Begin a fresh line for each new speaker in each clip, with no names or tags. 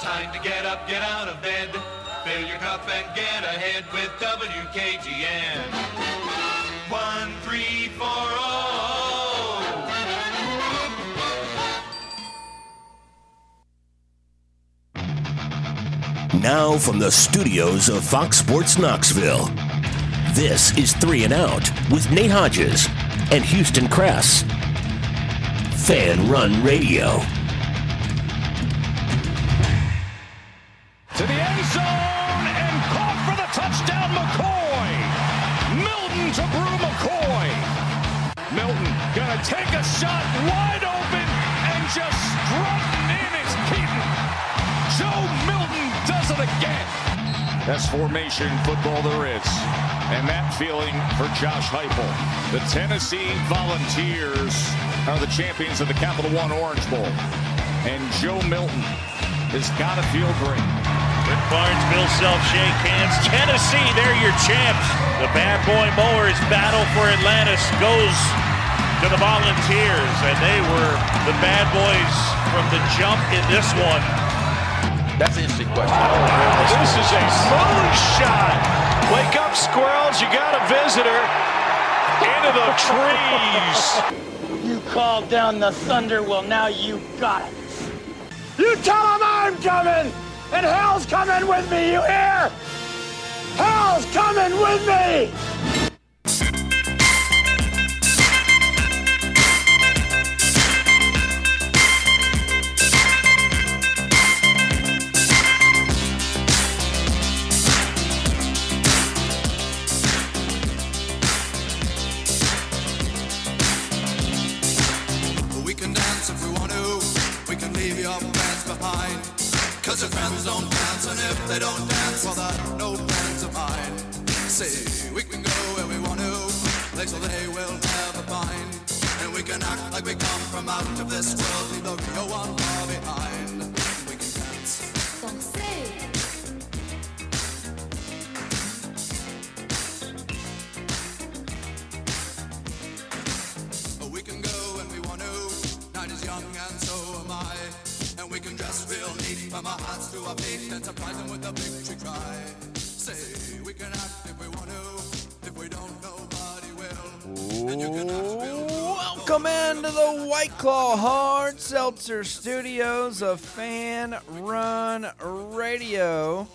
time to get up, get out of bed. Fill your cup and get ahead with WKGN. 1340.
Now from the studios of Fox Sports Knoxville, this is Three and Out with Nate Hodges and Houston Cress. Fan Run Radio.
to the end zone and caught for the touchdown, McCoy. Milton to Brew McCoy. Milton gonna take a shot wide open and just strutting in is Keaton. Joe Milton does it again. Best formation football there is. And that feeling for Josh Heupel. The Tennessee Volunteers are the champions of the Capital One Orange Bowl. And Joe Milton has got to feel great.
Rick Barnes, Bill Self shake hands. Tennessee, they're your champs. The bad boy Mowers battle for Atlantis goes to the Volunteers, and they were the bad boys from the jump in this one.
That's an interesting question.
This is a moonshot. Wake up, squirrels. You got a visitor. Into the trees.
You called down the thunder, well, now you got it.
you tell them I'm coming, and hell's coming with me, you hear? Hell's coming with me.
We can dance if we want to. We can leave your friends behind. Cause your friends don't dance, and if they don't dance, well, they're no friends of mine. See, we can go where we want to, places they will never find. And we can act like we come from out of this world, leave the real one far behind. We can dance. Oh, We can go when we want to. Night is young and so am I. And we can dress real neat from our hearts to our feet and surprise them with a victory cry. Say we can act if we want to. If we don't, nobody will. And you can act real
Welcome into the White Claw Hard Seltzer Studios of Fan Run Radio.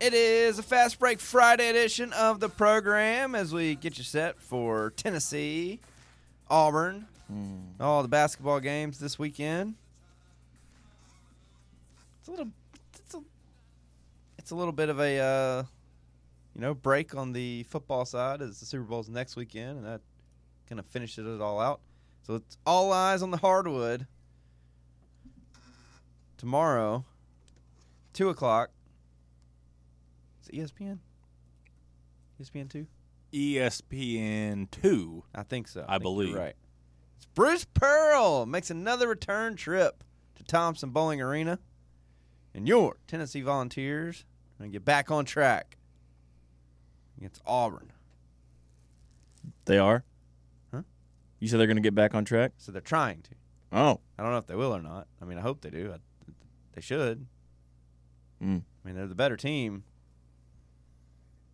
It is a fast break Friday edition of the program as we get you set for Tennessee, Auburn, all the basketball games this weekend. It's a little, it's a, it's a little bit of a. Uh, you know, break on the football side as the Super Bowl's next weekend, and that kind of finishes it all out. So it's all eyes on the hardwood tomorrow, two o'clock. Is it E ESPN? ESPN two?
E ESPN two.
I think so.
I
think you're
believe.
right. It's Bruce Pearl makes another return trip to Thompson Bowling Arena, and your Tennessee Volunteers are gonna get back on track against Auburn.
They are?
Huh?
You said they're going to get back on track?
So they're trying to.
Oh.
I don't know if they will or not. I mean, I hope they do. I, they should.
Mm.
I mean, they're the better team.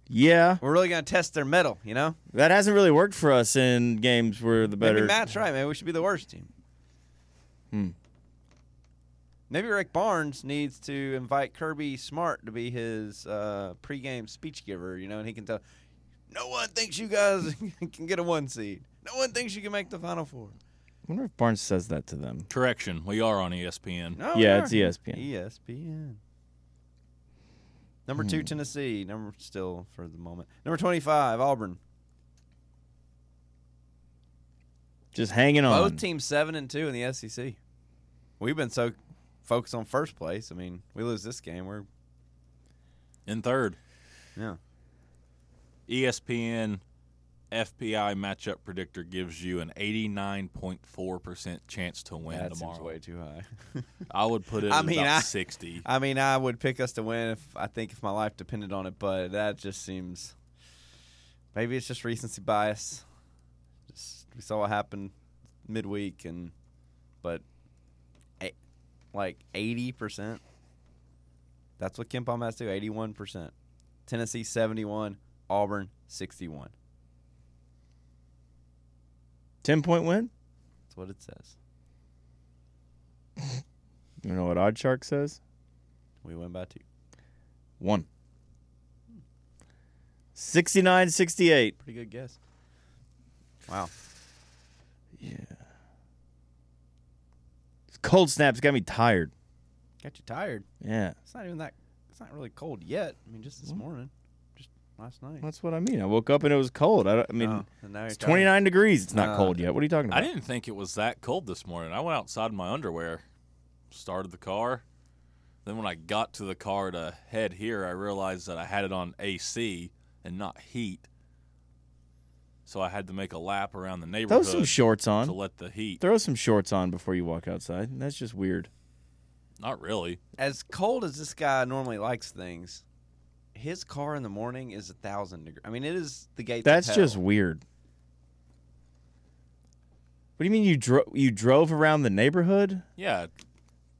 Yeah.
We're really going to test their metal, you know?
That hasn't really worked for us in games where the better.
Maybe Matt's right. Maybe we should be the worst team.
Hmm.
Maybe Rick Barnes needs to invite Kirby Smart to be his uh, pregame speech giver, you know, and he can tell no one thinks you guys can get a one seed. No one thinks you can make the final four.
I wonder if Barnes says that to them.
Correction, we are on ESPN.
No, E
Yeah,
we
it's E
are.
ESPN.
ESPN. Number
Hmm.
two, Tennessee. Number still for the moment. Number twenty-five, Auburn.
Just hanging on.
Both teams seven and two in the SEC. We've been so focused on first place. I mean, we lose this game, we're
In third,
yeah.
ESPN FPI matchup predictor gives you an 89.4% chance to win
That seems
tomorrow.
way too high.
I would put it
I
at
mean,
about
I-
60.
I mean, I would pick us to win if I think if my life depended on it, but that just seems. Maybe it's just recency bias. Just we saw what happened midweek, and but like 80%. That's what Ken Palm has to, 81%. Tennessee, 71. Auburn, 61.
10 point win?
That's what it says.
You know what Odd Shark says?
We win by two.
One. 69 68.
Pretty good guess. Wow.
Cold snaps got me tired.
Got you tired.
Yeah.
It's not even that. It's not really cold yet. I mean, just this morning, just last night.
That's what I mean. I woke up and it was cold. I, don't, I mean,
Oh, and now you're
it's
telling me-
29 degrees. It's not
Uh,
cold yet. What are you talking about?
I didn't think it was that cold this morning. I went outside in my underwear, started the car. Then when I got to the car to head here, I realized that I had it on AC and not heat. So I had to make a lap around the
Throw
neighborhood
some shorts
to
on.
let the heat.
Throw some shorts on before you walk outside. That's just weird.
Not really.
As cold as this guy normally likes things, his car in the morning is a thousand degrees. I mean, it is the gate.
That's just weird. What do you mean you drove you drove around the neighborhood?
Yeah,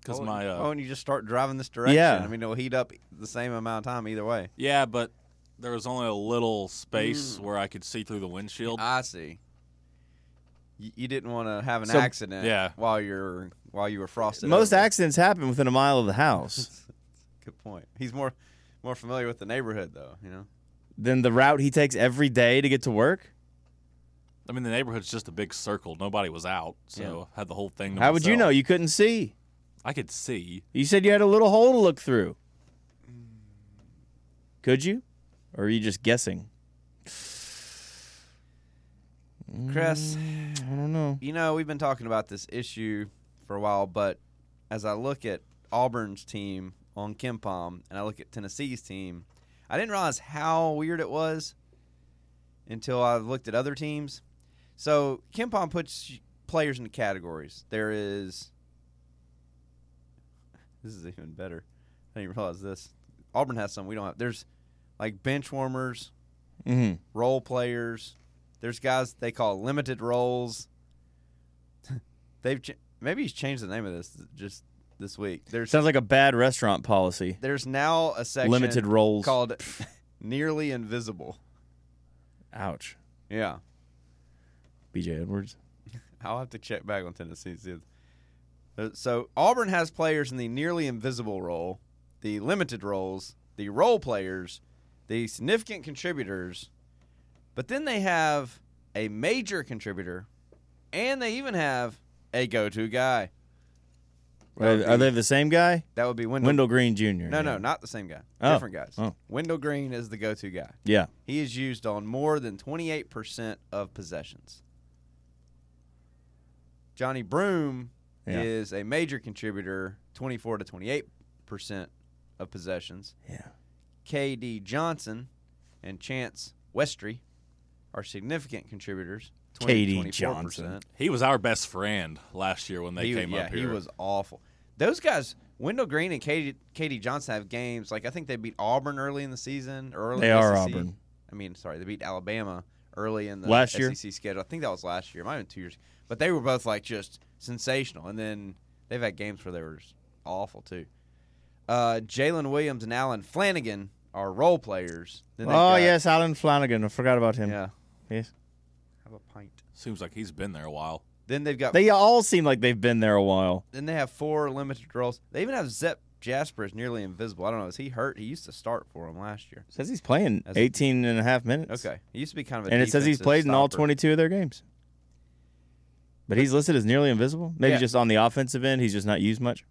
because
oh,
my uh,
oh, and you just start driving this direction.
Yeah.
I mean, it'll heat up the same amount of time either way.
yeah, but there was only a little space
Hmm.
where I could see through the windshield.
I see. You, you didn't want to have an
So-
accident.
yeah.
While you're while you were frosted.
Most
over.
accidents happen within a mile of the house.
Good point. He's more more familiar with the neighborhood though. You know.
then the route he takes every day to get to work.
I mean, the neighborhood's just a big circle. Nobody was out, so I had the whole thing. To
How would you
myself.
know? You couldn't see.
I could see.
You said you had a little hole to look through. Could you? Or are you just guessing?
Chris,
Mm, I don't know.
you know, we've been talking about this issue for a while, but as I look at Auburn's team on Kempom and I look at Tennessee's team, I didn't realize how weird it was until I looked at other teams. So Kempom puts players into categories. There is this is even better. I didn't realize this. Auburn has some we don't have. There's like bench warmers,
hmm
role players. There's guys they call limited roles. They've ch- maybe he's changed the name of this just this week. There's
Sounds like a bad restaurant policy.
there's now a section
Limited roles.
called nearly invisible.
Ouch.
Yeah,
BJ Edwards.
I'll have to check back on Tennessee. see if- Uh, So Auburn has players in the nearly invisible role, the limited roles, the role players, the significant contributors, but then they have a major contributor, and they even have a go-to guy.
Are, are they the same guy?
That would be Wendell.
Wendell Green Jr.
No, no,
yeah.
not the same guy.
Oh.
Different guys.
Oh.
Wendell Green is the go-to guy.
Yeah.
He is used on more than 28% of possessions. Johnny Broom
Yeah.
is a major contributor, 24 to 28% of possessions.
Yeah.
KD Johnson and Chance Westry are significant contributors. 20 to
KD
24%.
Johnson.
He was our best friend last year when they
he,
came
yeah,
up here.
he was awful. Those guys, Wendell Green and Katie, Katie Johnson, have games like I think they beat Auburn early in the season. Or early
They
in the
are
SEC.
Auburn.
I mean, sorry, they beat Alabama early in the
Last
SEC
year?
schedule. I think that was last year. Might have been two years, but they were both like just sensational. And then they've had games where they were just awful too. Uh, Jalen Williams and Allen Flanagan are role players. Then they've
Oh
got-
yes, Alan Flanagan. I forgot about him.
uh, yeah.
Yes.
Have a pint.
Seems like he's been there a while.
Then they've got
They all seem like they've been there a while.
Then they have four limited roles. They even have Zep Jasper is nearly invisible. I don't know. Is he hurt? He used to start for him last year.
Says he's playing
As-
18 and a half minutes.
Okay. He used to be kind of a
And it says he's
defensive
played in all
stopper.
22 of their games. But he's listed as nearly invisible. Maybe
Yeah.
just on the offensive end, he's just not used much.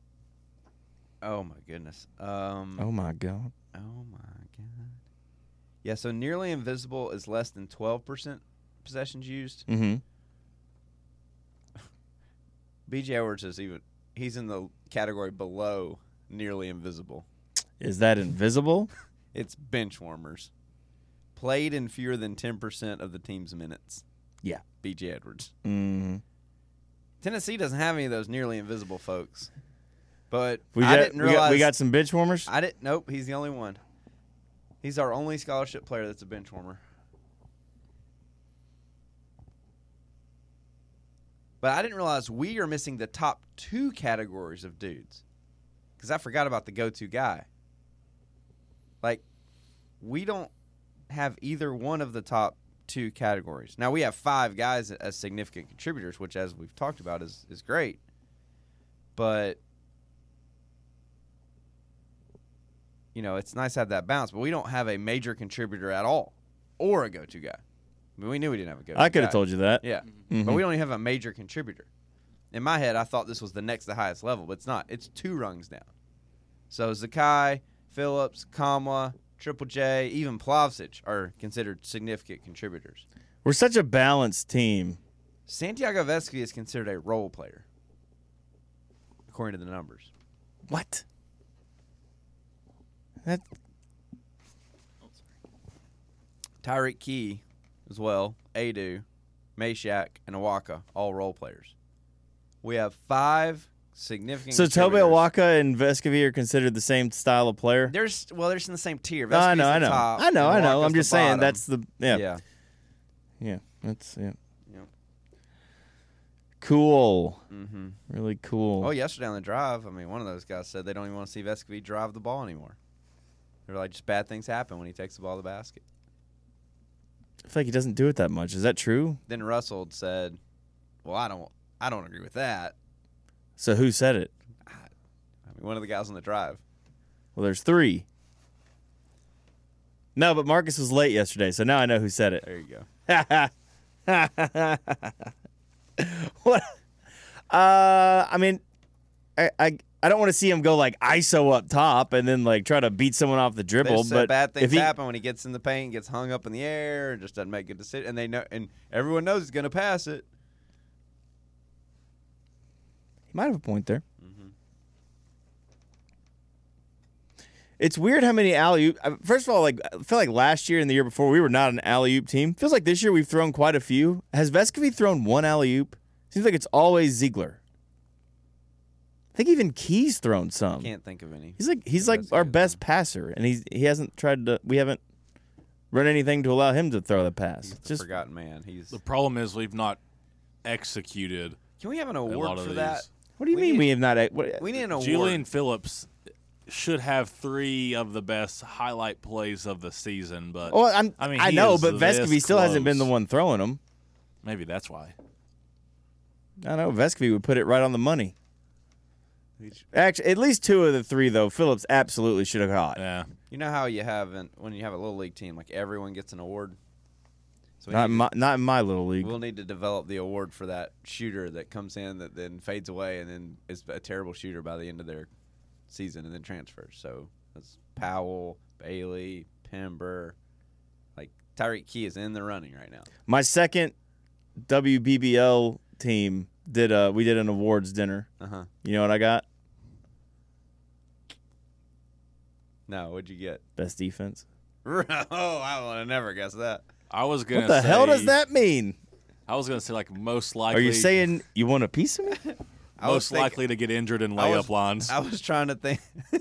Oh my goodness. Um
Oh my god.
oh. my god. Yeah, so nearly invisible is less than twelve percent possessions used.
Mm-hmm.
BJ Edwards is even he's in the category below nearly invisible.
Is that invisible?
It's bench warmers. Played in fewer than ten percent of the team's minutes.
Yeah.
BJ Edwards.
mm
Tennessee doesn't have any of those nearly invisible folks. But
We
I
got,
didn't
we
realize
got we got some bitch warmers.
I didn't. Nope, he's the only one. He's our only scholarship player that's a bench warmer. But I didn't realize we are missing the top two categories of dudes. because I forgot about the go-to guy. Like, we don't have either one of the top two categories. Now we have five guys as significant contributors, which, as we've talked about, is is great. But you know, it's nice to have that balance. But we don't have a major contributor at all, or a go-to guy. I mean, we knew we didn't have a go-to.
I could have
guy.
told you that.
Yeah,
Mhm.
but we don't even have a major contributor. In my head, I thought this was the next, the highest level, but it's not. It's two rungs down. So Zakai, Phillips, Kamwa, Triple J, even Plavsic are considered significant contributors.
We're such a balanced team.
Santiago Vesky is considered a role player, according to the numbers.
What? That
Tyreek Key as well, Adu, Meshack, and Awaka, all role players. We have five significant
so Toby
contributors.
Awaka and Vescovy are considered the same style of player.
There's well, they're just in the same tier.
No, I
Vesky's
know,
the
I know,
top,
I know, I know.
Walker's
I'm
the
just saying
bottom.
that's the yeah, yeah,
yeah.
That's yeah,
Yeah.
cool,
Mhm.
really cool.
Oh, yesterday on the drive, I mean, one of those guys said they don't even want to see Vescovy drive the ball anymore. They're like, just bad things happen when he takes the ball to the basket.
I feel like he doesn't do it that much. Is that true?
Then Russell had said, "Well, I don't, I don't agree with that."
So who said it?
I mean, one of the guys on the drive.
Well, there's three. No, but Marcus was late yesterday, so now I know who said it.
There you go.
what? Uh, I mean, I, I I don't want to see him go like ISO up top and then like try to beat someone off the
They
dribble.
said
But
bad
if
things
he,
happen when he gets in the paint, gets hung up in the air, and just doesn't make good decisions. And they know, and everyone knows he's going to pass it.
He might have a point there.
Mm-hmm.
It's weird how many alley oop. uh, First of all, like I feel like last year and the year before we were not an alley oop team. Feels like this year we've thrown quite a few. Has Vescovy thrown one alley oop? Seems like it's always Ziegler. I think even Key's thrown some.
Can't think of any.
He's like he's
Yeah,
like
that's
our
good,
best passer, and he's he hasn't tried to. We haven't run anything to allow him to throw the pass.
He's the
Just
forgotten man. He's.
The problem is we've not executed
Can we have an
a
award
lot of
for
these.
that?
what do you
we
mean
need-
we have not? uh, What,
We need an award.
Julian Phillips should have three of the best highlight plays of the season, but
well, I'm,
I
I
mean,
I
he
know,
is
but
this
Vescovy still hasn't been the
close.
one throwing them.
maybe that's why.
I know Vescovy would put it right on the money. Actually, at least two of the three though, Phillips absolutely should have caught.
Yeah,
You know how you have an, when you have a little league team, like everyone gets an award. So we
Not in
need
my, not in my little
to-
league.
we'll need to develop the award for that shooter that comes in that then fades away and then is a terrible shooter by the end of their season and then transfers. So that's Powell, Bailey, Pember. Like Tyreek Key is in the running right now.
My second WBBL team did uh we did an awards dinner.
Uh huh.
You know what I got?
No, what'd you get?
Best defense.
oh, I would have never guessed that.
I was gonna.
what the hell does
say-
that mean?
I was gonna say like most
Are
likely.
you saying you want a piece of me?
I was
most
thinking-
likely to get injured in
I
layup
was-
lines?
I was trying to think.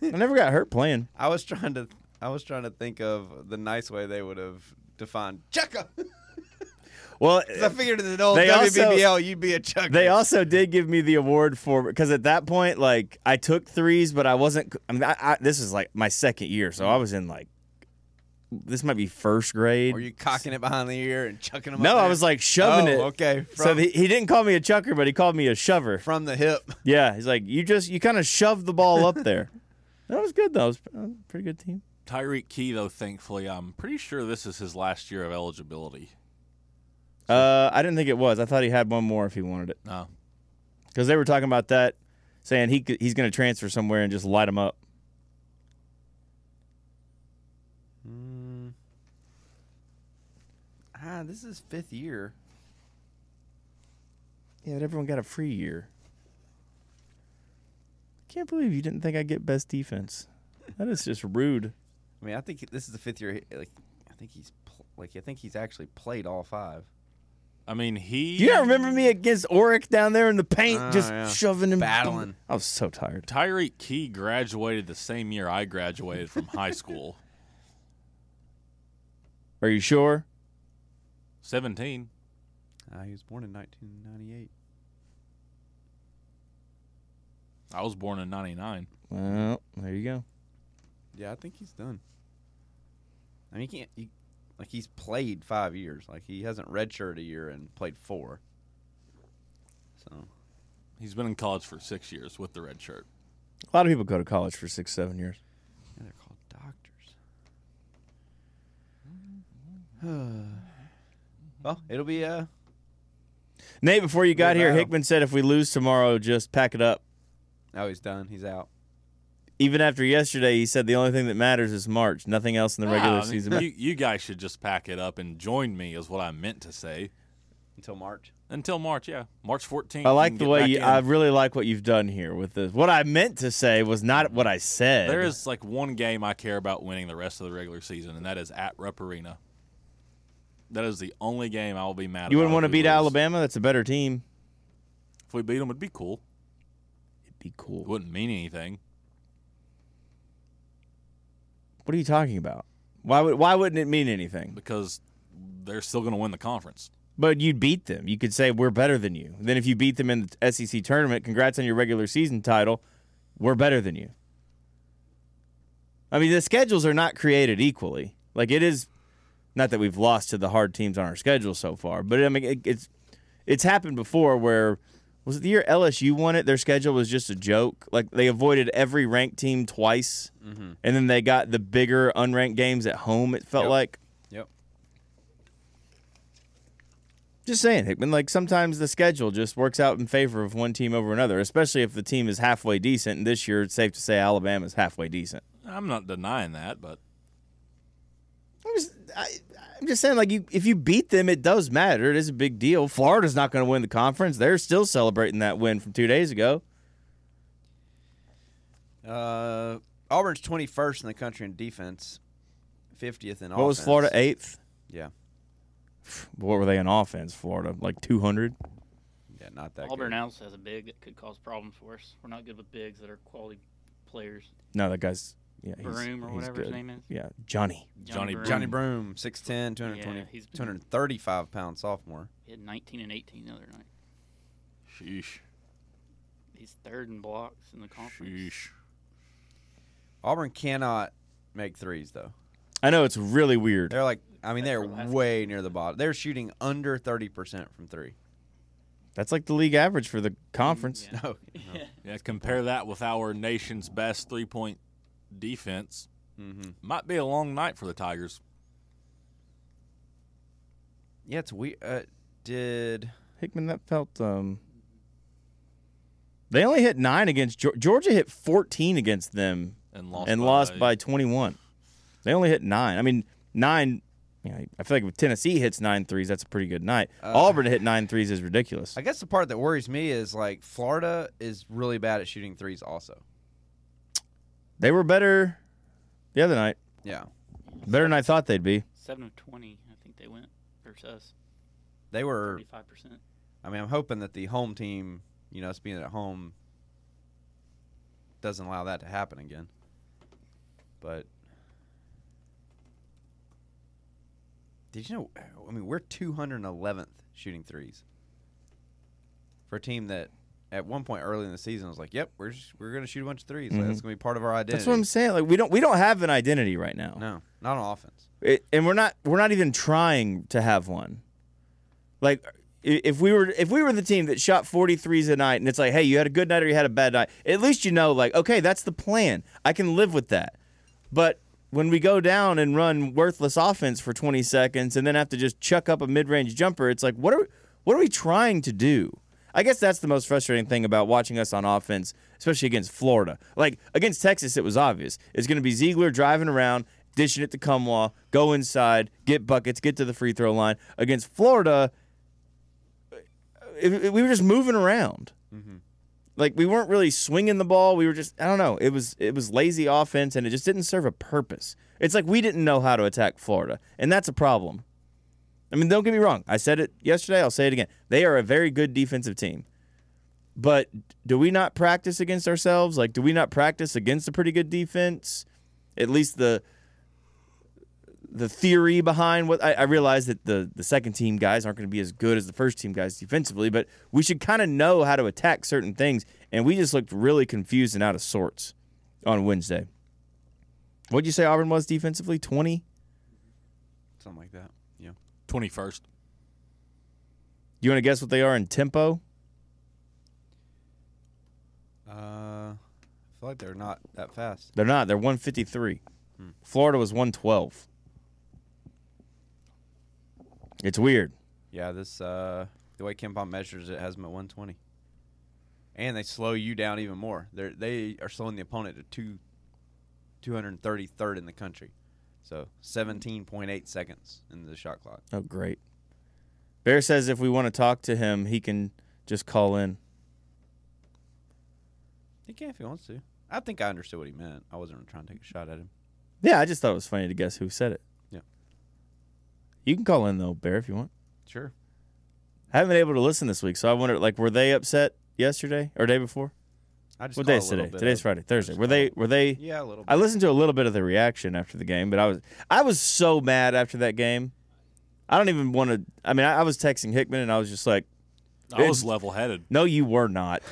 I never got hurt playing.
I was trying to. I was trying to think of the nice way they would have defined chucker.
Well,
I figured in an old
They also-
WBBL, you'd be a chucker.
they also did give me the award for because at that point, like I took threes, but I wasn't. I mean, I, I, this is like my second year, so I was in like this might be first grade.
Were you cocking it behind the ear and chucking them?
no,
up
I
there?
was like shoving
Oh,
it.
Okay, from,
so he, he didn't call me a chucker, but he called me a shover.
from the hip.
Yeah, he's like you just you kind of shoved the ball up there. That was good though. It was a pretty good team.
Tyreek Key, though, thankfully, I'm pretty sure this is his last year of eligibility.
Uh, I didn't think it was. I thought he had one more if he wanted it
Oh.
No,
because they were talking about that, saying he could, he's going to transfer somewhere and just light him up.
Ah, this is fifth year.
Yeah, but everyone got a free year. I can't believe you didn't think I get best defense. That is just rude.
I mean, I think this is the fifth year. Like, I think he's pl- like, I think he's actually played all five.
I mean he.
You don't remember me against Oric down there in the paint,
Ah,
Oh,
just
yeah.
shoving him,
Battling.
I was so tired.
Tyreek Key graduated the same year I graduated from high school,
Are you sure?
17.
Uh, he was born in 1998.
I was born in '99.
Well, there you go.
Yeah, I think he's done. I mean, he can't. He, like he's played five years. Like he hasn't redshirted a year and played four. So
He's been in college for six years with the red shirt.
A lot of people go to college for six, seven years.
yeah, they're called doctors. Mm-hmm. well, it'll be uh
Nate, before you got
Good
here,
battle.
Hickman said if we lose tomorrow, just pack it up.
oh he's done. He's out.
Even after yesterday, he said the only thing that matters is March. Nothing else in the regular
Nah, I mean,
season.
Ah, You, you guys should just pack it up and join me, is what I meant to say.
Until March.
Until March, yeah, March 14th.
I
you
like
can
the
get
way
back
you,
in.
I really like what you've done here with this. What I meant to say was not what I said.
There is like one game I care about winning the rest of the regular season, and that is at Rupp Arena. That is the only game I will be mad.
you wouldn't
want to
beat Alabama. That's a better team.
If we beat them, it'd be cool.
It'd be
It
cool.
wouldn't mean anything.
What are you talking about? Why would why wouldn't it mean anything?
because they're still going to win the conference.
But you'd beat them. You could say we're better than you. Then if you beat them in the SEC tournament, congrats on your regular season title. We're better than you. I mean, the schedules are not created equally. Like it is not that we've lost to the hard teams on our schedule so far, but I mean it, it's it's happened before where was it the year LSU won it? Their schedule was just a joke. Like they avoided every ranked team twice, and then they got the bigger unranked games at home. It felt
Yep.
like.
Yep.
Just saying, Hickman. Like sometimes the schedule just works out in favor of one team over another, especially if the team is halfway decent. And this year, it's safe to say Alabama's halfway decent.
I'm not denying that, but
I'm just, I, I'm just saying, like you, if you beat them, it does matter. It is a big deal. Florida's not going to win the conference. They're still celebrating that win from two days ago.
Uh Auburn's twenty first in the country in defense, fiftieth in
What was
offense.
Florida eighth?
Yeah.
What were they in offense? Florida like 200.
Yeah, not that
Auburn
good.
also has a big that could cause problems for us. We're not good with bigs that are quality players.
No, that guy's yeah, he's,
Broom or
he's
whatever his
good.
name is.
Yeah, Johnny.
Johnny Broom.
Johnny Broom, 6'10", 220,
Yeah, he's been-
235 pound sophomore.
He had 19 and 18 the other night.
sheesh,
He's third in blocks in the conference.
sheesh.
Auburn cannot make threes though.
I know it's really weird.
They're like, I mean, they're
for last
way near the bottom. They're shooting under thirty percent from three.
That's like the league average for the conference.
Mm, Yeah.
No,
Yeah, compare that with our nation's best three point defense.
mm-hmm.
Might be a long night for the Tigers.
yeah, it's weird. Uh, did
Hickman, that felt. um They only hit nine against Geor- Georgia. Hit 14 against them
And lost
and
by,
lost by 21. They only hit nine. I mean, nine. You know, I feel like if Tennessee hits nine threes, that's a pretty good night. Auburn to hit nine threes is ridiculous.
I guess the part that worries me is like Florida is really bad at shooting threes. Also,
they were better the other night,
yeah,
better than I thought they'd be.
7 of 20, I think they went versus us.
they were.
35%.
I mean, I'm hoping that the home team, you know, us being at home, doesn't allow that to happen again. But did you know? I mean, we're 211th shooting threes for a team that at one point early in the season was like, "Yep, we're just, we're going to shoot a bunch of 3s Like, that's going to be part of our identity."
Mm-hmm. That's what I'm saying. Like we don't we don't have an identity right now,
No, not on offense.
It- and we're not we're not even trying to have one. Like i- if we were if we were the team that shot 43s a night, and it's like, hey, you had a good night or you had a bad night. At least you know, like, okay, that's the plan. I can live with that. But when we go down and run worthless offense for 20 seconds and then have to just chuck up a mid-range jumper, it's like what are what are we trying to do? I guess that's the most frustrating thing about watching us on offense, especially against Florida. Like against Texas, it was obvious. It's going to be Ziegler driving around, dishing it to Cumwa, go inside, get buckets, get to the free throw line. Against Florida, it, it- we were just moving around. Like we weren't really swinging the ball. We were just I don't know. It was it was lazy offense, and it just didn't serve a purpose. It's like we didn't know how to attack Florida, and that's a problem. I mean, don't get me wrong. I said it yesterday. I'll say it again. They are a very good defensive team, but do we not practice against ourselves? Like, do we not practice against a pretty good defense? At least the the theory behind what I, I realize that the the second team guys aren't going to be as good as the first team guys defensively, but we should kind of know how to attack certain things and we just looked really confused and out of sorts on Wednesday. What'd you say Auburn was defensively? Twenty.
Something like that. Yeah.
21st.
You want to guess what they are in tempo?
Uh, I feel like they're not that fast.
They're not. They're 153. Florida was 112. It's weird.
Yeah, this uh, the way Kim Pom measures it has them at 120. And they slow you down even more. They're they are slowing the opponent to two, 233rd in the country, so 17.8 seconds in the shot clock.
Oh, great. Bear says if we want to talk to him, he can just call in.
He can if he wants to. I think I understood what he meant. I wasn't trying to take a shot at him.
Yeah, I just thought it was funny to guess who said it.
Yeah.
You can call in though, Bear, if you want.
Sure.
I haven't been able to listen this week, so I wonder like were they upset yesterday or day before?
I just
what
caught
day
a
is
little
today?
bit
Today's
of-
Friday, Thursday. Were they were they
Yeah, a little
I listened to a little bit of the reaction after the game, but I was I was so mad after that game. I don't even want to I mean, I, I was texting Hickman and I was just like
I was
"It's-
level headed.
No, you were not.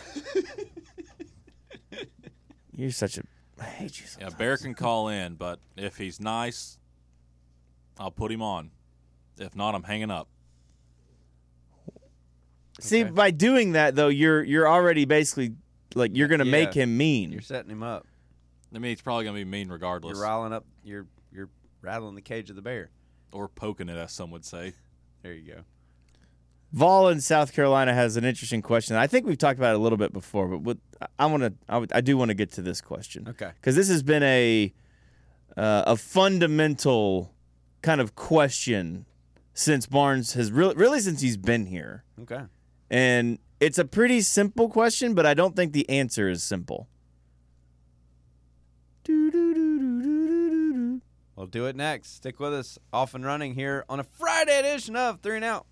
You're such a I hate you.
Yeah, Bear can call in, but if he's nice, I'll put him on. If not, I'm hanging up.
See, by doing that though, you're you're already basically like you're gonna make
Yeah.
him mean.
You're setting him up.
I mean, he's probably gonna be mean regardless.
You're riling up. You're you're rattling the cage of the bear.
Or poking it, as some would say.
There you go.
Vol in South Carolina has an interesting question. I think we've talked about it a little bit before, but what, I- I want to I, would- I do want to get to this question.
Okay.
Because this has been a uh, a fundamental kind of question since Barnes has really really since he's been here.
Okay.
And it's a pretty simple question, but I don't think the answer is simple.
We'll do it next. Stick with us. Off and running here on a Friday edition of Three and Out.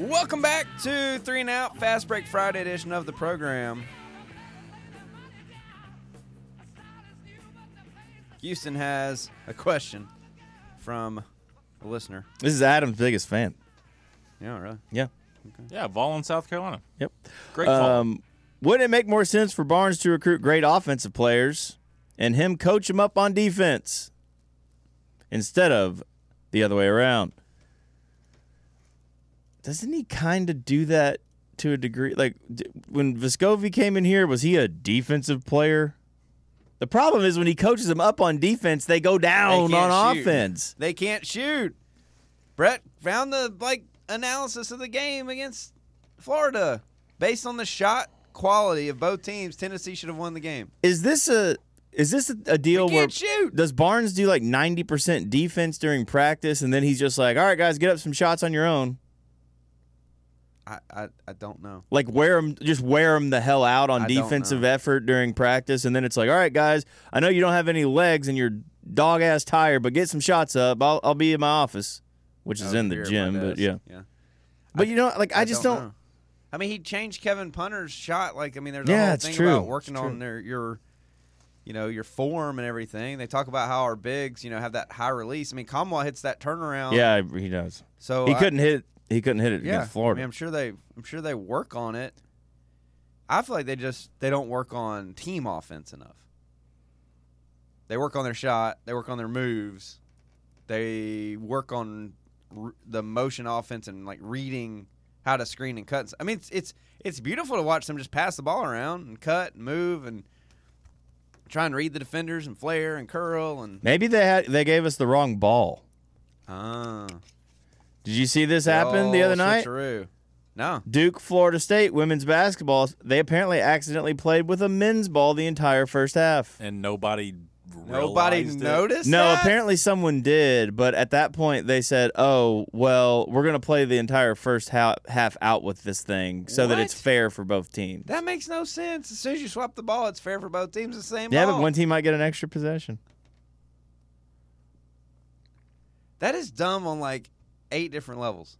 Welcome back to Three and Out Fast Break Friday edition of the program. Houston has a question from a listener.
This is Adam's biggest fan.
Yeah, really.
Yeah.
Yeah, Vol in South Carolina.
Yep. Um,
Great call.
wouldn't it make more sense for Barnes to recruit great offensive players and him coach them up on defense instead of the other way around? Doesn't he kind of do that to a degree? Like d- when Vescovi came in here, was he a defensive player? The problem is when he coaches them up on defense, they go down
They can't
on
shoot.
offense.
They can't shoot. Brett found the like analysis of the game against Florida based on the shot quality of both teams. Tennessee should have won the game.
Is this a is this a- a deal where
shoot.
does Barnes do like ninety percent defense during practice, and then he's just like, "All right, guys, get up some shots on your own."
I I, I don't know.
Like wear them, just wear them the hell out on
I don't
defensive effort during practice, and then it's like, "All right, guys, I know you don't have any legs and you're dog ass tired, but get some shots up. I'll I'll be in my office, which is
Over
in the
here at my
gym, but
desk.
yeah,
yeah.
But you know, like I, just don't.
know. I mean, he changed Kevin Punter's shot. Like, I mean, there's a
Yeah,
whole
it's
thing
true.
about working
It's true.
on their your, you know, your form and everything. They talk about how our bigs, you know, have that high release. I mean, Kamwa hits that turnaround.
yeah, he does.
So
he
I-
couldn't hit. He couldn't hit it
yeah.
against Florida.
I mean, I'm sure they, I'm sure they work on it. I feel like they just they don't work on team offense enough. They work on their shot. They work on their moves. They work on r- the motion offense and like reading how to screen and cut. and s- I mean, it's it's it's beautiful to watch them just pass the ball around and cut and move and try and read the defenders and flare and curl and
Maybe they had they gave us the wrong ball.
ah.
Did you see this happen the
Oh,
other night?
switcheroo. No.
Duke, Florida State women's basketball. They apparently accidentally played with a men's ball the entire first half.
And nobody
Nobody
realized it?
noticed?
No,
that?
apparently someone did, but at that point they said, "Oh, well, we're gonna play the entire first half, half out with this thing, so that it's
What?
fair for both teams."
That makes no sense. As soon as you swap the ball, it's fair for both teams the same
yeah,
ball.
but one team might get an extra possession.
That is dumb on like eight different levels.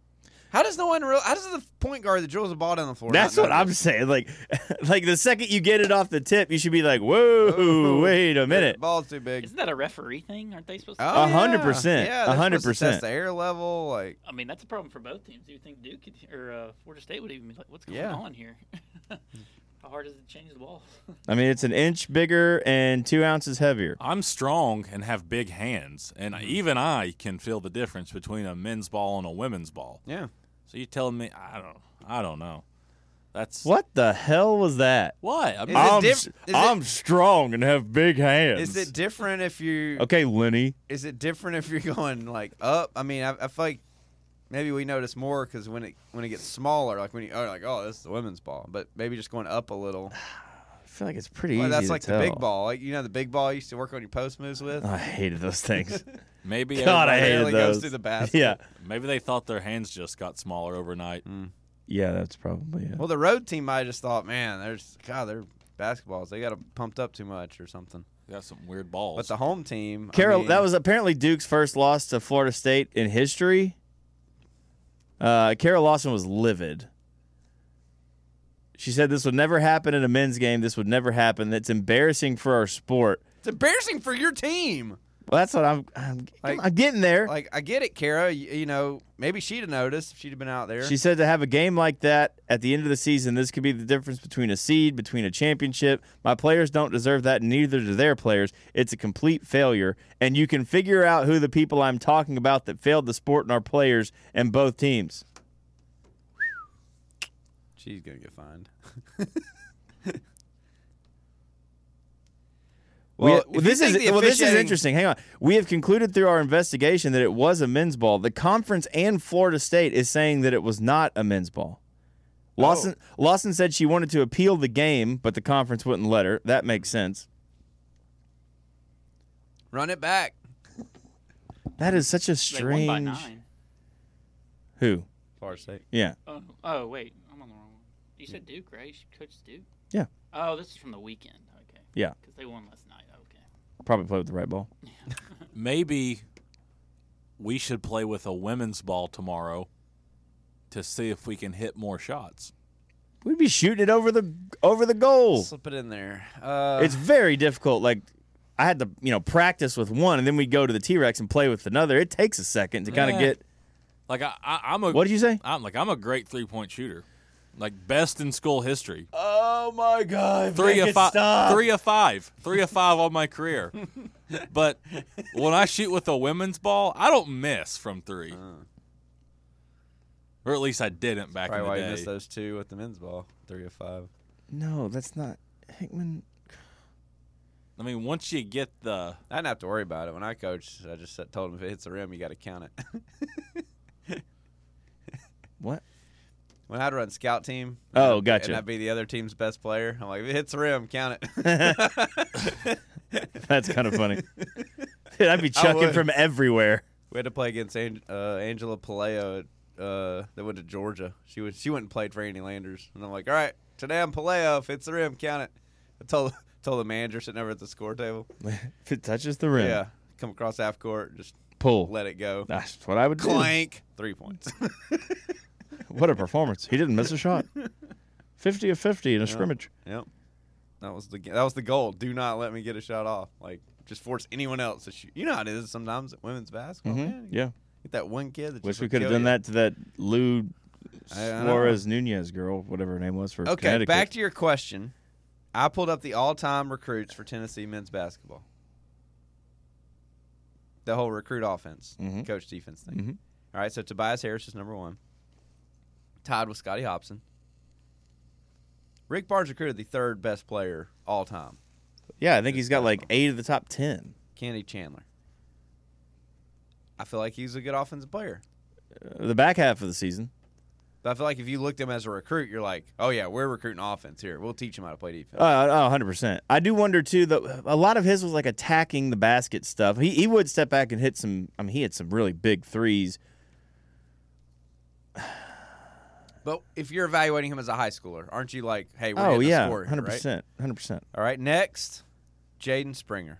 How does no one real? How does the point guard that drills the ball down the floor?
That's
not
what
know
I'm
this?
saying. Like, like the second you get it off the tip, you should be like, "Whoa, wait a minute."
Ball's too big. Oh,
Isn't that a referee thing? Aren't they supposed to?
A
Uh-huh.
hundred percent.
Yeah,
A
they're
hundred
supposed to test
percent.
the air level. Like
I mean, that's a problem for both teams. Do you think Duke could, or uh, Florida State would even be like, "What's going
Yeah.
on here? How hard is it to change the ball?"
I mean, it's an inch bigger and two ounces heavier.
I'm strong and have big hands, and
Mm-hmm.
even I can feel the difference between a men's ball and a women's ball.
yeah,
So you telling me I don't I don't know. That's
What the hell was that?
What? I
Is it
mean,
I'm,
diff- is
s-
it-
I'm strong and have big hands.
is it different if you?
okay, Lenny?
Is it different if you're going like up? I mean, I, I feel like maybe we notice more because when it when it gets smaller, like when you are like, oh, this is the women's ball, but maybe just going up a little.
I feel like it's pretty
Well,
easy.
that's
to
like the big
tell. Uh-huh.
ball. Like you know, the big ball you used to work on your post moves with.
I hated those things.
maybe
God, I
everybody-
hated
barely
those.
goes through the basket.
Yeah,
maybe they thought their hands just got smaller overnight.
Mm. yeah, that's probably it.
Well, the road team might have just thought, man, there's God, they're basketballs. They got them pumped up too much or something.
They got some weird balls.
But the home team, I
Carol,
mean,
that was apparently Duke's first loss to Florida State in history. Uh, Carol Lawson was livid. She said this would never happen in a men's game. This would never happen. That's embarrassing for our sport.
it's embarrassing for your team.
Well, that's what I'm. I'm,
Like-
I'm getting there.
Like I get it, Kara. You, you know, maybe she'd have noticed if she'd have been out there.
She said to have a game like that at the end of the season, this could be the difference between a seed, between a championship. My players don't deserve that, and neither do their players. It's a complete failure. And you can figure out who the people I'm talking about that failed the sport and our players and both teams.
she's gonna get fined.
Well,
if you
this is
think the
well, this is
officiating-
interesting. Hang on. We have concluded through our investigation that it was a men's ball. The conference and Florida State is saying that it was not a men's ball. Lawson
Oh.
Lawson said she wanted to appeal the game, but the conference wouldn't let her. That makes sense.
Run it back.
That is such
They
a
won
strange.
by nine.
Who?
Far sake.
Yeah.
Oh, oh wait, I'm on the wrong one. You said Duke, right? You coached Duke.
Yeah.
Oh, this is from the weekend. Okay.
Yeah.
Because they won last night. Okay.
Probably play with the right ball.
maybe we should play with a women's ball tomorrow to see if we can hit more shots.
We'd be shooting it over the over the goal.
Slip it in there. Uh,
It's very difficult. Like I had to, you know, practice with one and then we go to the T Rex and play with another. It takes a second to kind of
Yeah.
get
Like I, I I'm a
what did you say?
I'm like I'm a great three point shooter, like best in school history.
Oh my god.
Three of five, three of five, three of five all my career. but when I shoot with a women's ball, I don't miss from three, or at least I didn't back in
Uh. probably why you
the
missed
day.
those two with the men's ball, three of five.
No, that's not Hickman
I mean, once you get the
I didn't have to worry about it when I coached. I just said- told him if it hits the rim, you got to count it.
what?
when I'd run scout team.
Oh,
and-
gotcha.
And I'd be the other team's best player. I'm like, if it hits the rim, count it.
That's kind of funny. Dude, I'd be
I
chucking
would.
from everywhere.
we had to play against Ang- uh, Angela Paleo at, uh, that went to Georgia. She was she went and played for Andy Landers, and I'm like, all right, today I'm Paleo. If it's the rim, count it. I told told the manager sitting over at the score table.
if it touches the rim,
Yeah, come across half court, just
pull.
let it go.
That's what I would
Clank, three points.
do. What a performance. He didn't miss a shot. 50 of 50 in a scrimmage.
Yep. That was the that was the goal. Do not let me get a shot off. Like just force anyone else to shoot. You know how it is sometimes at women's basketball.
Mm-hmm.
Man.
Yeah.
Get that one kid. That
Wish
just
we
would
could have
kill
done
you.
that to that Lou
I- I know.
Suarez Nunez girl, whatever her name was for
Okay,
Connecticut.
back to your question. I pulled up the all-time recruits for Tennessee men's basketball. The whole recruit offense,
Mhm.
coach defense thing.
Mhm.
All right, so Tobias Harris is number one, tied with Scotty Hobson. Rick Barnes recruited the third best player all time,
yeah, I think he's got like eight of the top ten.
Candy Chandler. I feel like he's a good offensive player.
Uh, the back half of the season.
So I feel like if you looked at him as a recruit, you're like, oh yeah, we're recruiting offense here. We'll teach him how to play defense.
Uh, oh, 100%. I do wonder, too, that a lot of his was like attacking the basket stuff. He, he would step back and hit some, I mean, he hit some really big threes.
But if you're evaluating him as a high schooler, aren't you like, hey, we're
oh,
getting
yeah.
a score here, right?
100%. 100%.
All right, next, Jaden Springer.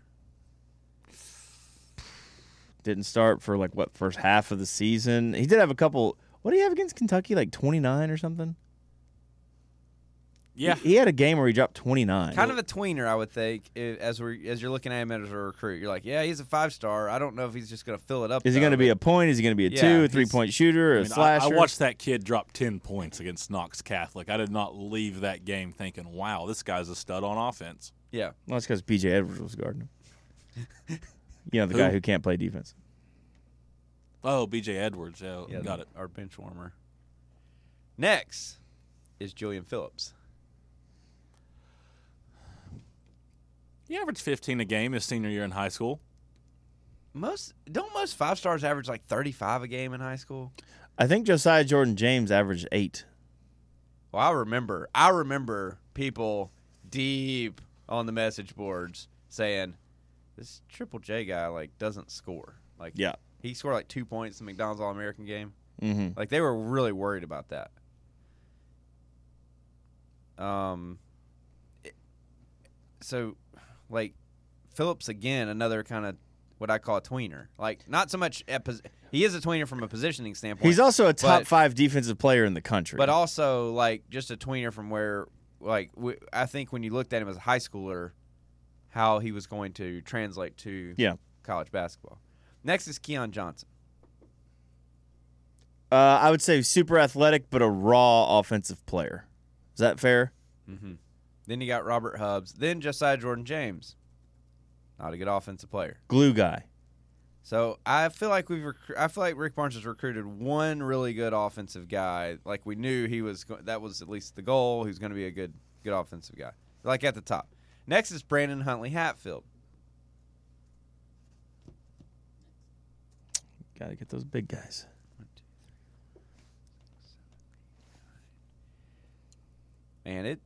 Didn't start for like, what, first half of the season? He did have a couple. What do you have against Kentucky? Like 29 or something?
Yeah.
He, he had a game where he dropped 29.
Kind of a tweener, I would think, i- as we as you're looking at him as a recruit. You're like, yeah, he's a five star. I don't know if he's just going to fill it up.
Is he
though,
going to be a
but-
point? Is he going to be a
Yeah,
two,
he's-
three point shooter, a
I mean, I-
slasher?
I, watched that kid drop 10 points against Knox Catholic. I did not leave that game thinking, wow, this guy's a stud on offense.
Yeah.
Well, that's because PJ Edwards was guarding him. you know, the guy
Who?
who can't play defense.
Oh, BJ Edwards. Yeah,
Yeah,
got it.
Our bench warmer. Next is Julian Phillips.
He averaged 15 a game his senior year in high school.
Most don't most five stars average like 35 a game in high school.
I think Josiah Jordan James averaged eight.
Well, I remember, I remember people deep on the message boards saying, "This Triple J guy like doesn't score." Like,
Yeah.
he scored like two points in McDonald's All American game.
Mm-hmm.
Like they were really worried about that. Um, it- so like Phillips again, another kind of what I call a tweener. Like not so much at pos- he is a tweener from a positioning standpoint.
He's also a top
but-
five defensive player in the country.
but also like just a tweener from where like w I I think when you looked at him as a high schooler, how he was going to translate to
Yeah.
college basketball. Next is Keon Johnson.
uh, I would say super athletic, but a raw offensive player. Is that fair?
Mm-hmm. Then you got Robert Hubbs. Then Josiah Jordan James. Not a good offensive player.
Glue guy.
So I feel like we've recru- I feel like Rick Barnes has recruited one really good offensive guy. Like we knew he was go- that was at least the goal. He was going to be a good good offensive guy. Like at the top. Next is Brandon Huntley Hatfield.
Got to get those big guys.
Man, it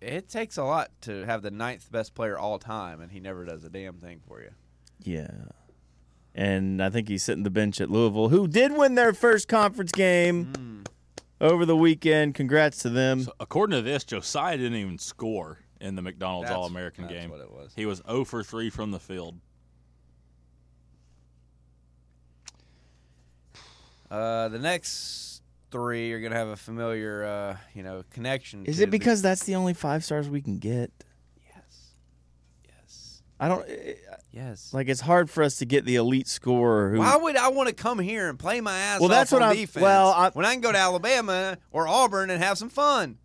it takes a lot to have the ninth best player all time, and he never does a damn thing for you.
Yeah. And I think he's sitting the bench at Louisville, who did win their first conference game
Mm.
over the weekend. Congrats to them.
According to this, Josiah didn't even score in the McDonald's
That's-
All American
that's
game.
what it was.
He was 0 for 3 from the field.
Uh, the next three are going to have a familiar, uh, you know, connection.
Is
to
it
the-
because that's the only five stars we can get? I don't. eh,
Yes.
Like it's hard for us to get the elite scorer who.
Why would I want to come here and play my ass
Well,
off
that's what
on
I'm-
defense?
well, I-
when I can go to Alabama or Auburn and have some fun.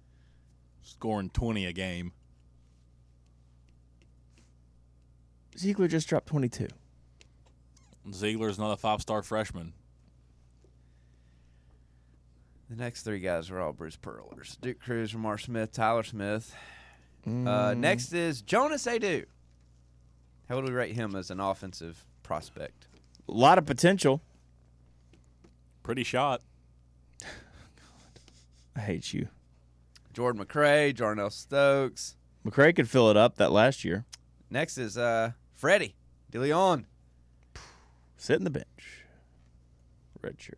Scoring 20 a game.
Ziegler just dropped 22.
Ziegler's not a five star freshman.
The next three guys are all Bruce Pearlers: Duke Cruz, Ramar Smith, Tyler Smith. Uh,
Mm.
next is Jonas Adu. How would we rate him as an offensive prospect?
A lot of potential.
Pretty shot.
I hate you.
Jordan McRae, Jarnell Stokes.
McCray could fill it up that last year.
Next is uh, Freddie DeLeon.
Sit in the bench. Redshirt.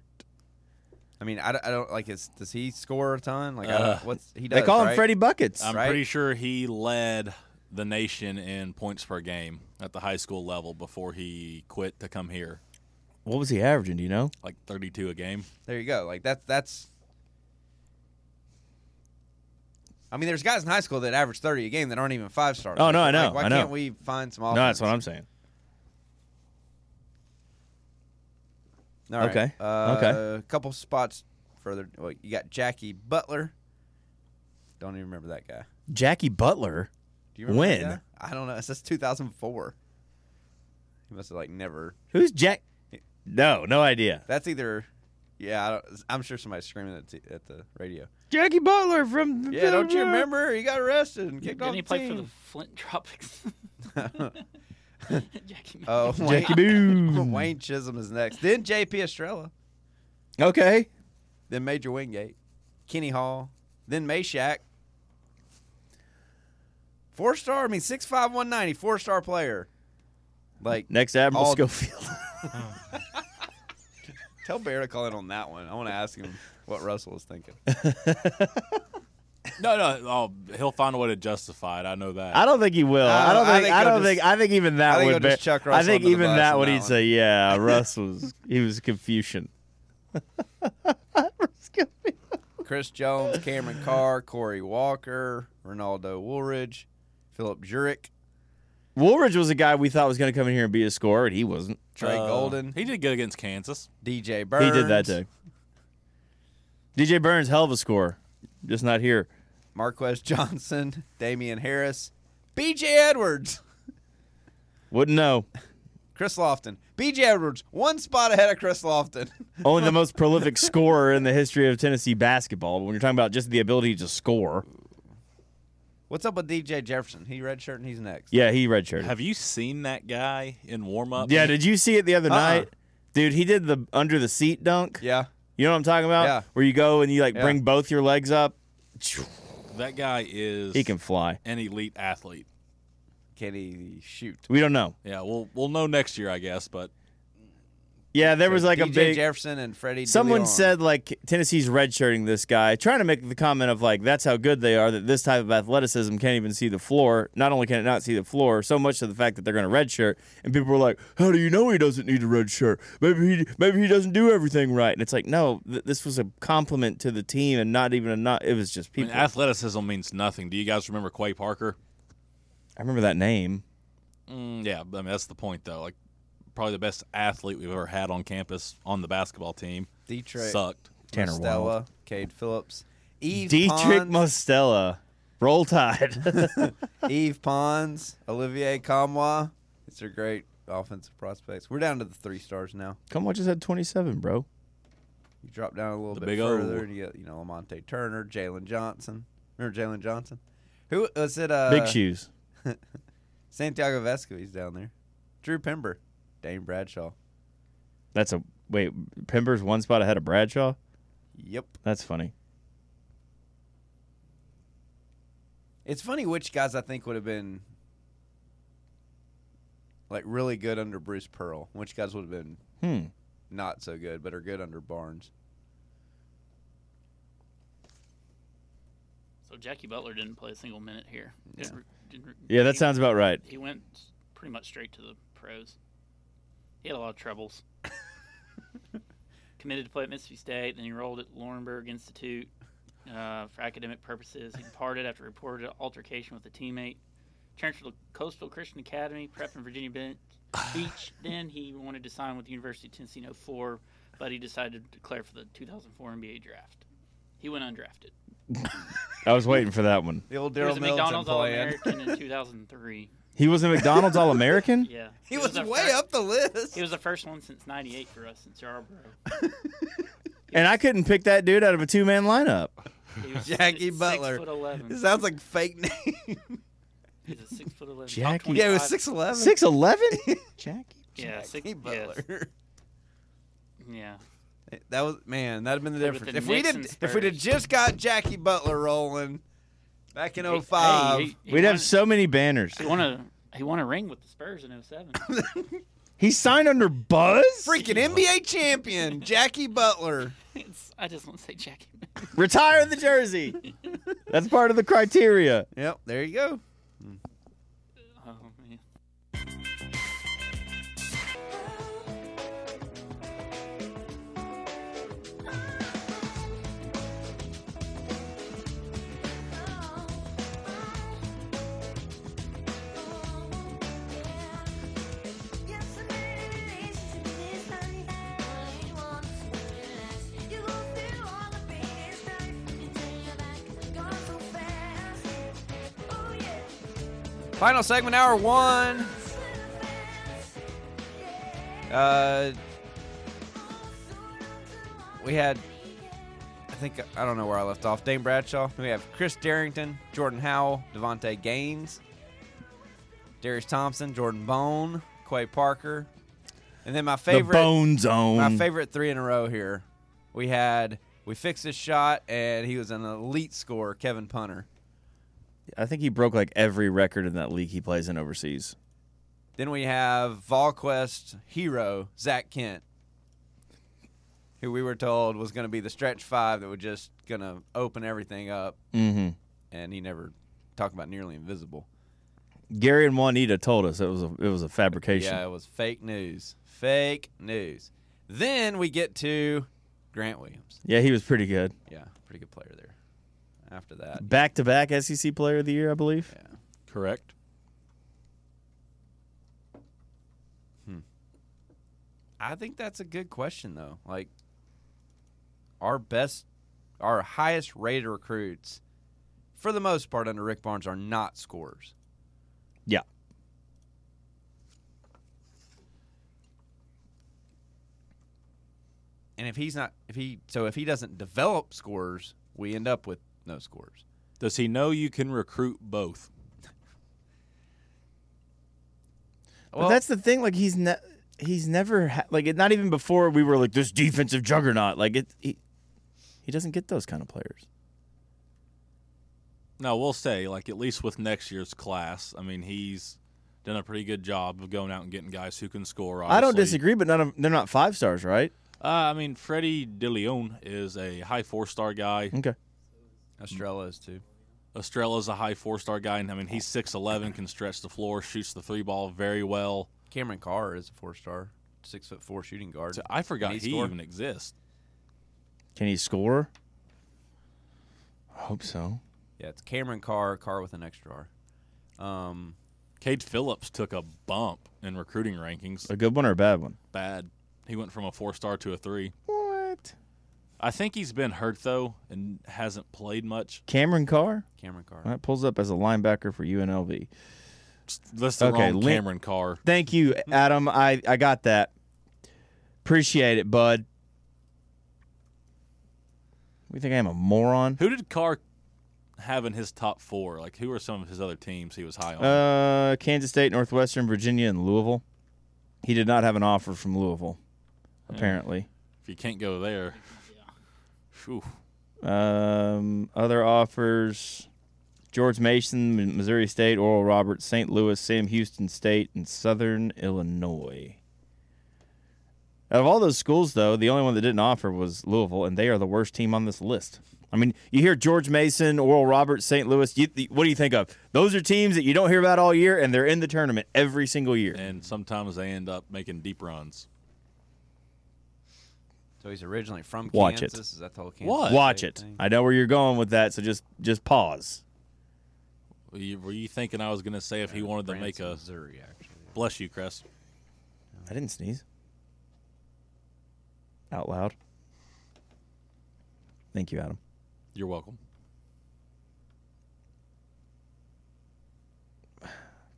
I mean, I don't, I don't like. Is does he score a ton? Like, I
Uh,
don't, what's he does?
They call him
right? Um,
Freddie Buckets.
I'm
Right?
pretty sure he led the nation in points per game at the high school level before he quit to come here.
What was he averaging? Do you know?
Like 32 a game.
There you go. Like that's that's. I mean, there's guys in high school that average 30 a game that aren't even five stars.
Oh,
Like,
no, I know,
Like, why
I know.
can't we find some offense?
No, that's what I'm saying.
All right.
Okay.
Uh,
Okay.
A couple spots further. Well, you got Jackie Butler. Don't even remember that guy.
Jackie Butler.
Do you remember that
When?
guy? I don't know. It says 2004. He must have like never.
Who's Jack? No, no idea.
That's either. Yeah, I don't, I'm sure somebody's screaming at the, at the radio.
Jackie Butler from.
Yeah, don't you remember? He got arrested and kicked
Didn't
off
he
the
play for the
team.
Flint Tropics? Jackie
Oh, Wayne,
Jackie Boone.
Wayne Chisholm is next. Then J.P. Estrella.
Okay.
Then Major Wingate. Kenny Hall, then Meshack. Four star, I mean six five one ninety, four star player. Like
Next Admiral
all-
Schofield.
Tell Bear to call in on that one. I want to ask him what Russell was thinking.
No, no, oh, he'll find a way to justify it. I know that.
I don't think he will. I don't
I
think.
think
I
he'll
don't
just-
think. I think even
I
that
think
would.
he'll
Be,
just chuck
I
Russ
think
under the
even
bus
that
on
would
that
he'd
one.
say, "Yeah, Russ was. He was Confucian."
Chris Jones, Cameron Carr, Corey Walker, Ronaldo Woolridge, Philip Jurick,
Woolridge was a guy we thought was going to come in here and be a scorer, and he wasn't.
Trey Golden.
He did good against Kansas.
DJ Burns.
He Uh, did that too. DJ Burns, hell of a scorer, just not here.
Marquez Johnson, Damian Harris, BJ Edwards,
Wouldn't know.
Chris Lofton. BJ Edwards, one spot ahead of Chris Lofton.
Only the most prolific scorer in the history of Tennessee basketball. When you're talking about just the ability to score,
What's up with DJ Jefferson? He redshirt and he's next.
yeah, he redshirted.
Have you seen that guy in warm up?
Yeah, did you see it the other
Uh-uh.
night? Dude, he did the under the seat dunk.
Yeah.
You know what I'm talking about?
Yeah.
Where you go and you like
Yeah.
bring both your legs up.
That guy is
He can fly.
an elite athlete.
Can he shoot?
We don't know.
Yeah, we'll we'll know next year, I guess. But
Yeah, there was like a
DJ
big
Jefferson and Freddie.
Someone
DeLeon.
said like Tennessee's redshirting this guy, trying to make the comment of like that's how good they are that this type of athleticism can't even see the floor. Not only can it not see the floor, so much to the fact that they're going to redshirt, and people were like, "How do you know he doesn't need a red shirt? Maybe he maybe he doesn't do everything right." And it's like, no, th- this was a compliment to the team, and not even a not. It was just
I mean,
people.
athleticism means nothing. Do you guys remember Quay Parker?
I remember that name.
Mm, yeah, but, I mean that's the point though. Like probably the best athlete we've ever had on campus on the basketball team.
Detroit
sucked.
Tanner
Stella,
Wild.
Cade Phillips, Eve
Dietrich
Pons,
Mostella. Roll Tide.
Eve Pons, Olivier Kamwa. These are great offensive prospects. We're down to the three stars now.
Come on, just had 27, bro.
You drop down a little
The
bit
big O.
further, and you get you know Lamonte Turner, Jalen Johnson. Remember Jalen Johnson? Who was it? Uh,
Big shoes.
Santiago Vescovi's down there. Drew Pember, Dane Bradshaw.
That's a wait. Pember's one spot ahead of Bradshaw.
Yep.
That's funny.
It's funny which guys I think would have been like really good under Bruce Pearl. Which guys would have been
Hmm.
not so good, but are good under Barnes.
So Jackie Butler didn't play a single minute here. Didn't re- didn't re-
Yeah, that
he-
sounds about right.
He went s- pretty much straight to the pros. He had a lot of troubles. Committed to play at Mississippi State, then he enrolled at Laurenburg Institute uh, for academic purposes. He departed after reported altercation with a teammate. Transferred to Coastal Christian Academy, prep in Virginia Ben- Beach. then he wanted to sign with the University of Tennessee in 04, but he decided to declare for the 2004 NBA draft. He went undrafted.
I was waiting for that one.
The old
He was
Daryl
a
Middleton
McDonald's All
plan.
American in 2003.
He was a McDonald's All American.
Yeah.
He was
the
way
fir-
up the list.
He was the first one since 98 for us, since Yarborough.
And I couldn't pick that dude out of a two man lineup.
He was
Jackie
six
Butler.
foot 11.
It sounds like fake name.
He's a 6 foot 11. top
Jackie-
yeah, it
25
was six eleven.
Six eleven. Jackie.
Yeah, six,
Jackie Butler.
yes. Yeah.
That was man. That'd have been the
Played with
difference.
the
If we
Knicks
did,
and
if we'd have
Spurs.
just got Jackie Butler rolling back in
Hey, hey,
05.
he- he
We'd
won-
have so many banners.
He won a he won a ring with the Spurs in 07.
He signed under Buzz.
Freaking NBA champion Jackie Butler.
It's- I just want to say Jackie.
Retire the jersey. That's part of the criteria.
Yep, there you go.
Oh man.
Final segment, hour one. Uh, we had, I think, I don't know where I left off. Dane Bradshaw. We have Chris Darrington, Jordan Howell, Devontae Gaines, Darius Thompson, Jordan Bone, Quay Parker, and then my favorite
the Bone Zone.
my favorite three in a row here. We had We fixed his shot, and he was an elite scorer, Kevin Punter.
I think he broke like every record in that league he plays in overseas.
Then we have Volquest hero Zach Kent, who we were told was going to be the stretch five that was just going to open everything up,
Mm-hmm.
and he never talked about nearly invisible.
Gary and Juanita told us it was a it was a fabrication.
Yeah, it was fake news. Fake news. Then we get to Grant Williams.
Yeah, he was pretty good.
Yeah, pretty good player there. After that,
Back to back SEC E Player of the Year, I believe.
Correct.
Hmm. I think that's a good question though. Like our best our highest rated recruits for the most part under Rick Barnes are not scorers.
Yeah.
And if he's not if he so if he doesn't develop scorers, we end up with no scorers.
Does he know you can recruit both?
but that's the thing. Like he's ne- he's never ha- like it, not even before we were like this defensive juggernaut. Like it, he he doesn't get those kind of players.
No, we'll say like at least with next year's class. I mean, he's done a pretty good job of going out and getting guys who can score. Obviously.
I don't disagree, but none of they're not five stars, right?
Uh, I mean, Freddie DeLeon is a high four-star guy.
Okay.
Estrella is too.
Estrella's a high four-star guy, and I mean, he's six eleven, can stretch the floor, shoots the three ball very well.
Cameron Carr is a four star, six foot four shooting guard.
I forgot
Can
he,
he score?
even exists.
Can he score? I hope so.
Yeah, it's Cameron Carr, Carr with an extra R. Um,
Cade Phillips took a bump in recruiting rankings.
A good one or a bad one?
Bad. He went from a four-star to a three.
What?
I think he's been hurt though and hasn't played much.
Cameron Carr.
Cameron Carr.
That pulls up as a linebacker for UNLV.
That's the
Okay,
wrong
Lin-
Cameron Carr.
Thank you, Adam. I, I got that. Appreciate it, bud. We think I'm a moron.
Who did Carr have in his top four? Like, who are some of his other teams he was high on?
Uh, Kansas State, Northwestern, Virginia, and Louisville. He did not have an offer from Louisville, apparently.
if you can't go there, Phew.
Um, other offers: George Mason, M- Missouri State, Oral Roberts, St. Louis, Sam Houston State, and Southern Illinois. Out of all those schools, though, the only one that didn't offer was Louisville, and they are the worst team on this list. I mean, you hear George Mason, Oral Roberts, St. Louis. You, you- what do you think of? Those are teams that you don't hear about all year, and they're in the tournament every single year.
and sometimes they end up making deep runs.
so he's originally from
Watch it.
Kansas. Is that the whole Kansas State
Watch it.
thing?
I know where you're going with that, so just just pause.
Were you, were you thinking I was going to say if he wanted to make a
Missouri? Actually,
bless you, Chris?
I didn't sneeze. Out loud. Thank you, Adam.
You're welcome.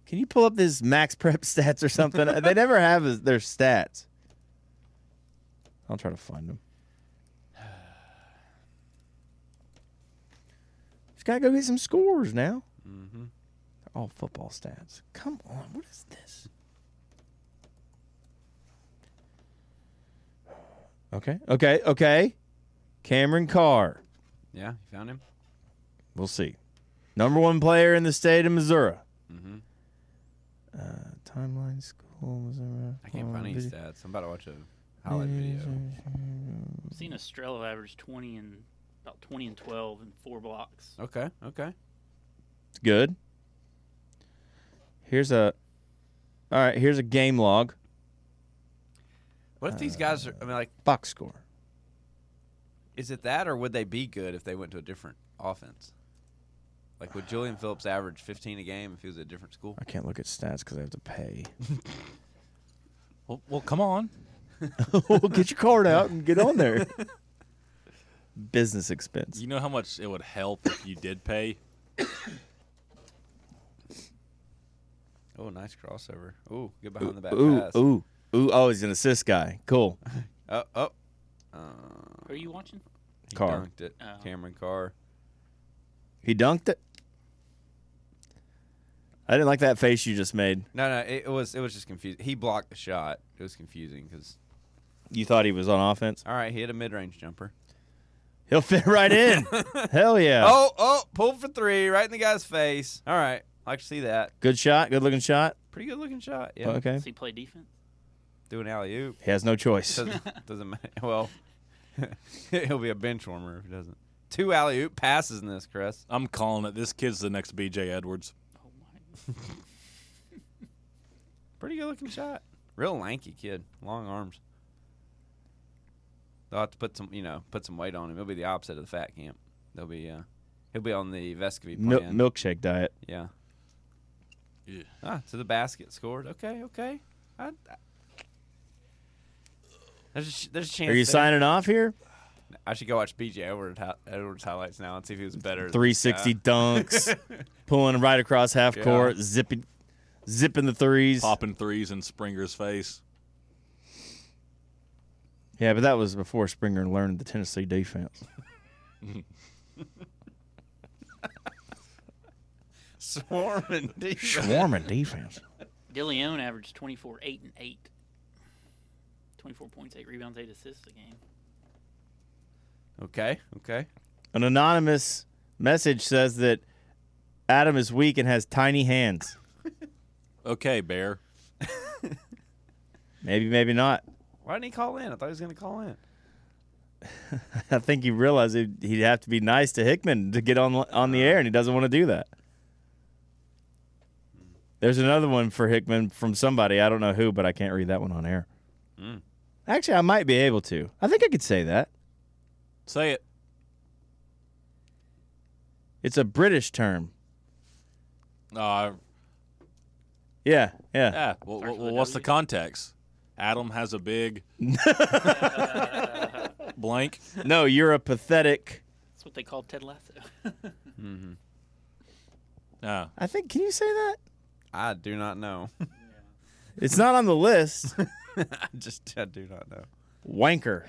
Can you pull up his max prep stats or something? they never have his, their stats. I'll try to find them. Just gotta go get some scores now.
Mm-hmm.
They're all football stats. Come on, what is this? Okay, okay, okay. Cameron Carr.
Yeah, you found him.
We'll see. Number one player in the state of Missouri.
Mm-hmm.
Uh, timeline school Missouri.
I can't find any
Video-
stats. I'm about to watch a highlight video.
I've seen Estrella average 20 and about 20 and 12 and four blocks.
Okay, okay.
It's good. Here's a. All right. Here's a game log.
What if
Uh,
these guys are? I mean, like,
Box score.
is it that, or would they be good if they went to a different offense? Like, would Julian Phillips average 15 a game if he was at a different school?
I can't look at stats because I have to pay.
Well, well come on.
well, get your card out and get on there. Business expense.
You know how much it would help if you did pay?
Oh, nice crossover. Ooh, good behind the back
Ooh,
pass.
ooh, ooh. Oh, he's an assist guy. Cool.
Oh, oh. Uh,
Are you watching?
he
Carr.
dunked it.
Oh.
Cameron Carr.
He dunked it. I didn't like that face you just made.
No, no, it, it was it was just confusing. He blocked the shot. It was confusing because
You thought he was on offense.
all right, he hit a mid range jumper.
He'll fit right in. Hell yeah.
Oh, oh, pulled for three, right in the guy's face. All right, I can see that.
Good shot. Good looking shot.
Pretty good looking shot. Yeah.
Okay.
Does he play defense?
Do an alley oop.
He has no choice.
Doesn't, doesn't matter. Well, he'll be a bench warmer if he doesn't. Two alley oop passes in this, Chris.
I'm calling it. This kid's the next B.J. Edwards.
Pretty good looking shot. Real lanky kid, long arms. They'll have to put some, you know, put some weight on him. He'll be the opposite of the fat camp. They'll be, uh, he'll be on the Vescovy plan.
Mil- milkshake diet.
Yeah. Ah, to the basket, scored. Okay, okay. I, I, there's a, sh- there's a chance.
Are you
there.
signing off here?
I should go watch BJ Edwards, hi- Edwards highlights now and see if he was better. than
360
this guy.
dunks, pulling right across half
Yeah.
court, zipping, zipping the threes.
Popping threes in Springer's face.
Yeah, but that was before Springer learned the Tennessee defense.
Swarming defense.
Swarming defense.
DeLeon averaged 24, 8, and 8. 24 points, 8 rebounds, 8 assists a game.
Okay, okay.
An anonymous message says that Adam is weak and has tiny hands.
Okay, Bear.
Maybe, maybe not.
Why didn't he call in? I thought he was going to call in.
I think he realized he'd he'd have to be nice to Hickman to get on on the air, and he doesn't want to do that. There's another one for Hickman from somebody I don't know who, but I can't read that one on air.
Mm.
Actually, I might be able to. I think I could say that.
Say it.
It's a British term.
Uh,
Yeah, yeah.
yeah. Well, well, well, what's the context? Adam has a big blank.
No, you're a pathetic.
That's what they called Ted Lasso.
Mm-hmm.
Uh,
I think. Can you say that?
I do not know.
It's not on the list.
I just I do not know.
wanker.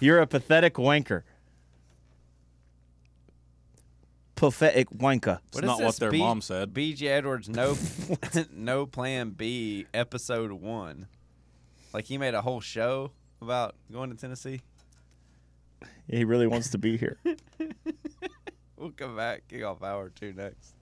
you're a pathetic wanker. Pathetic wanker.
It's not what their mom said.
BJ Edwards, no, no plan B, episode one. Like he made a whole show about going to Tennessee.
He really wants to be here.
We'll come back. Kick off hour two next.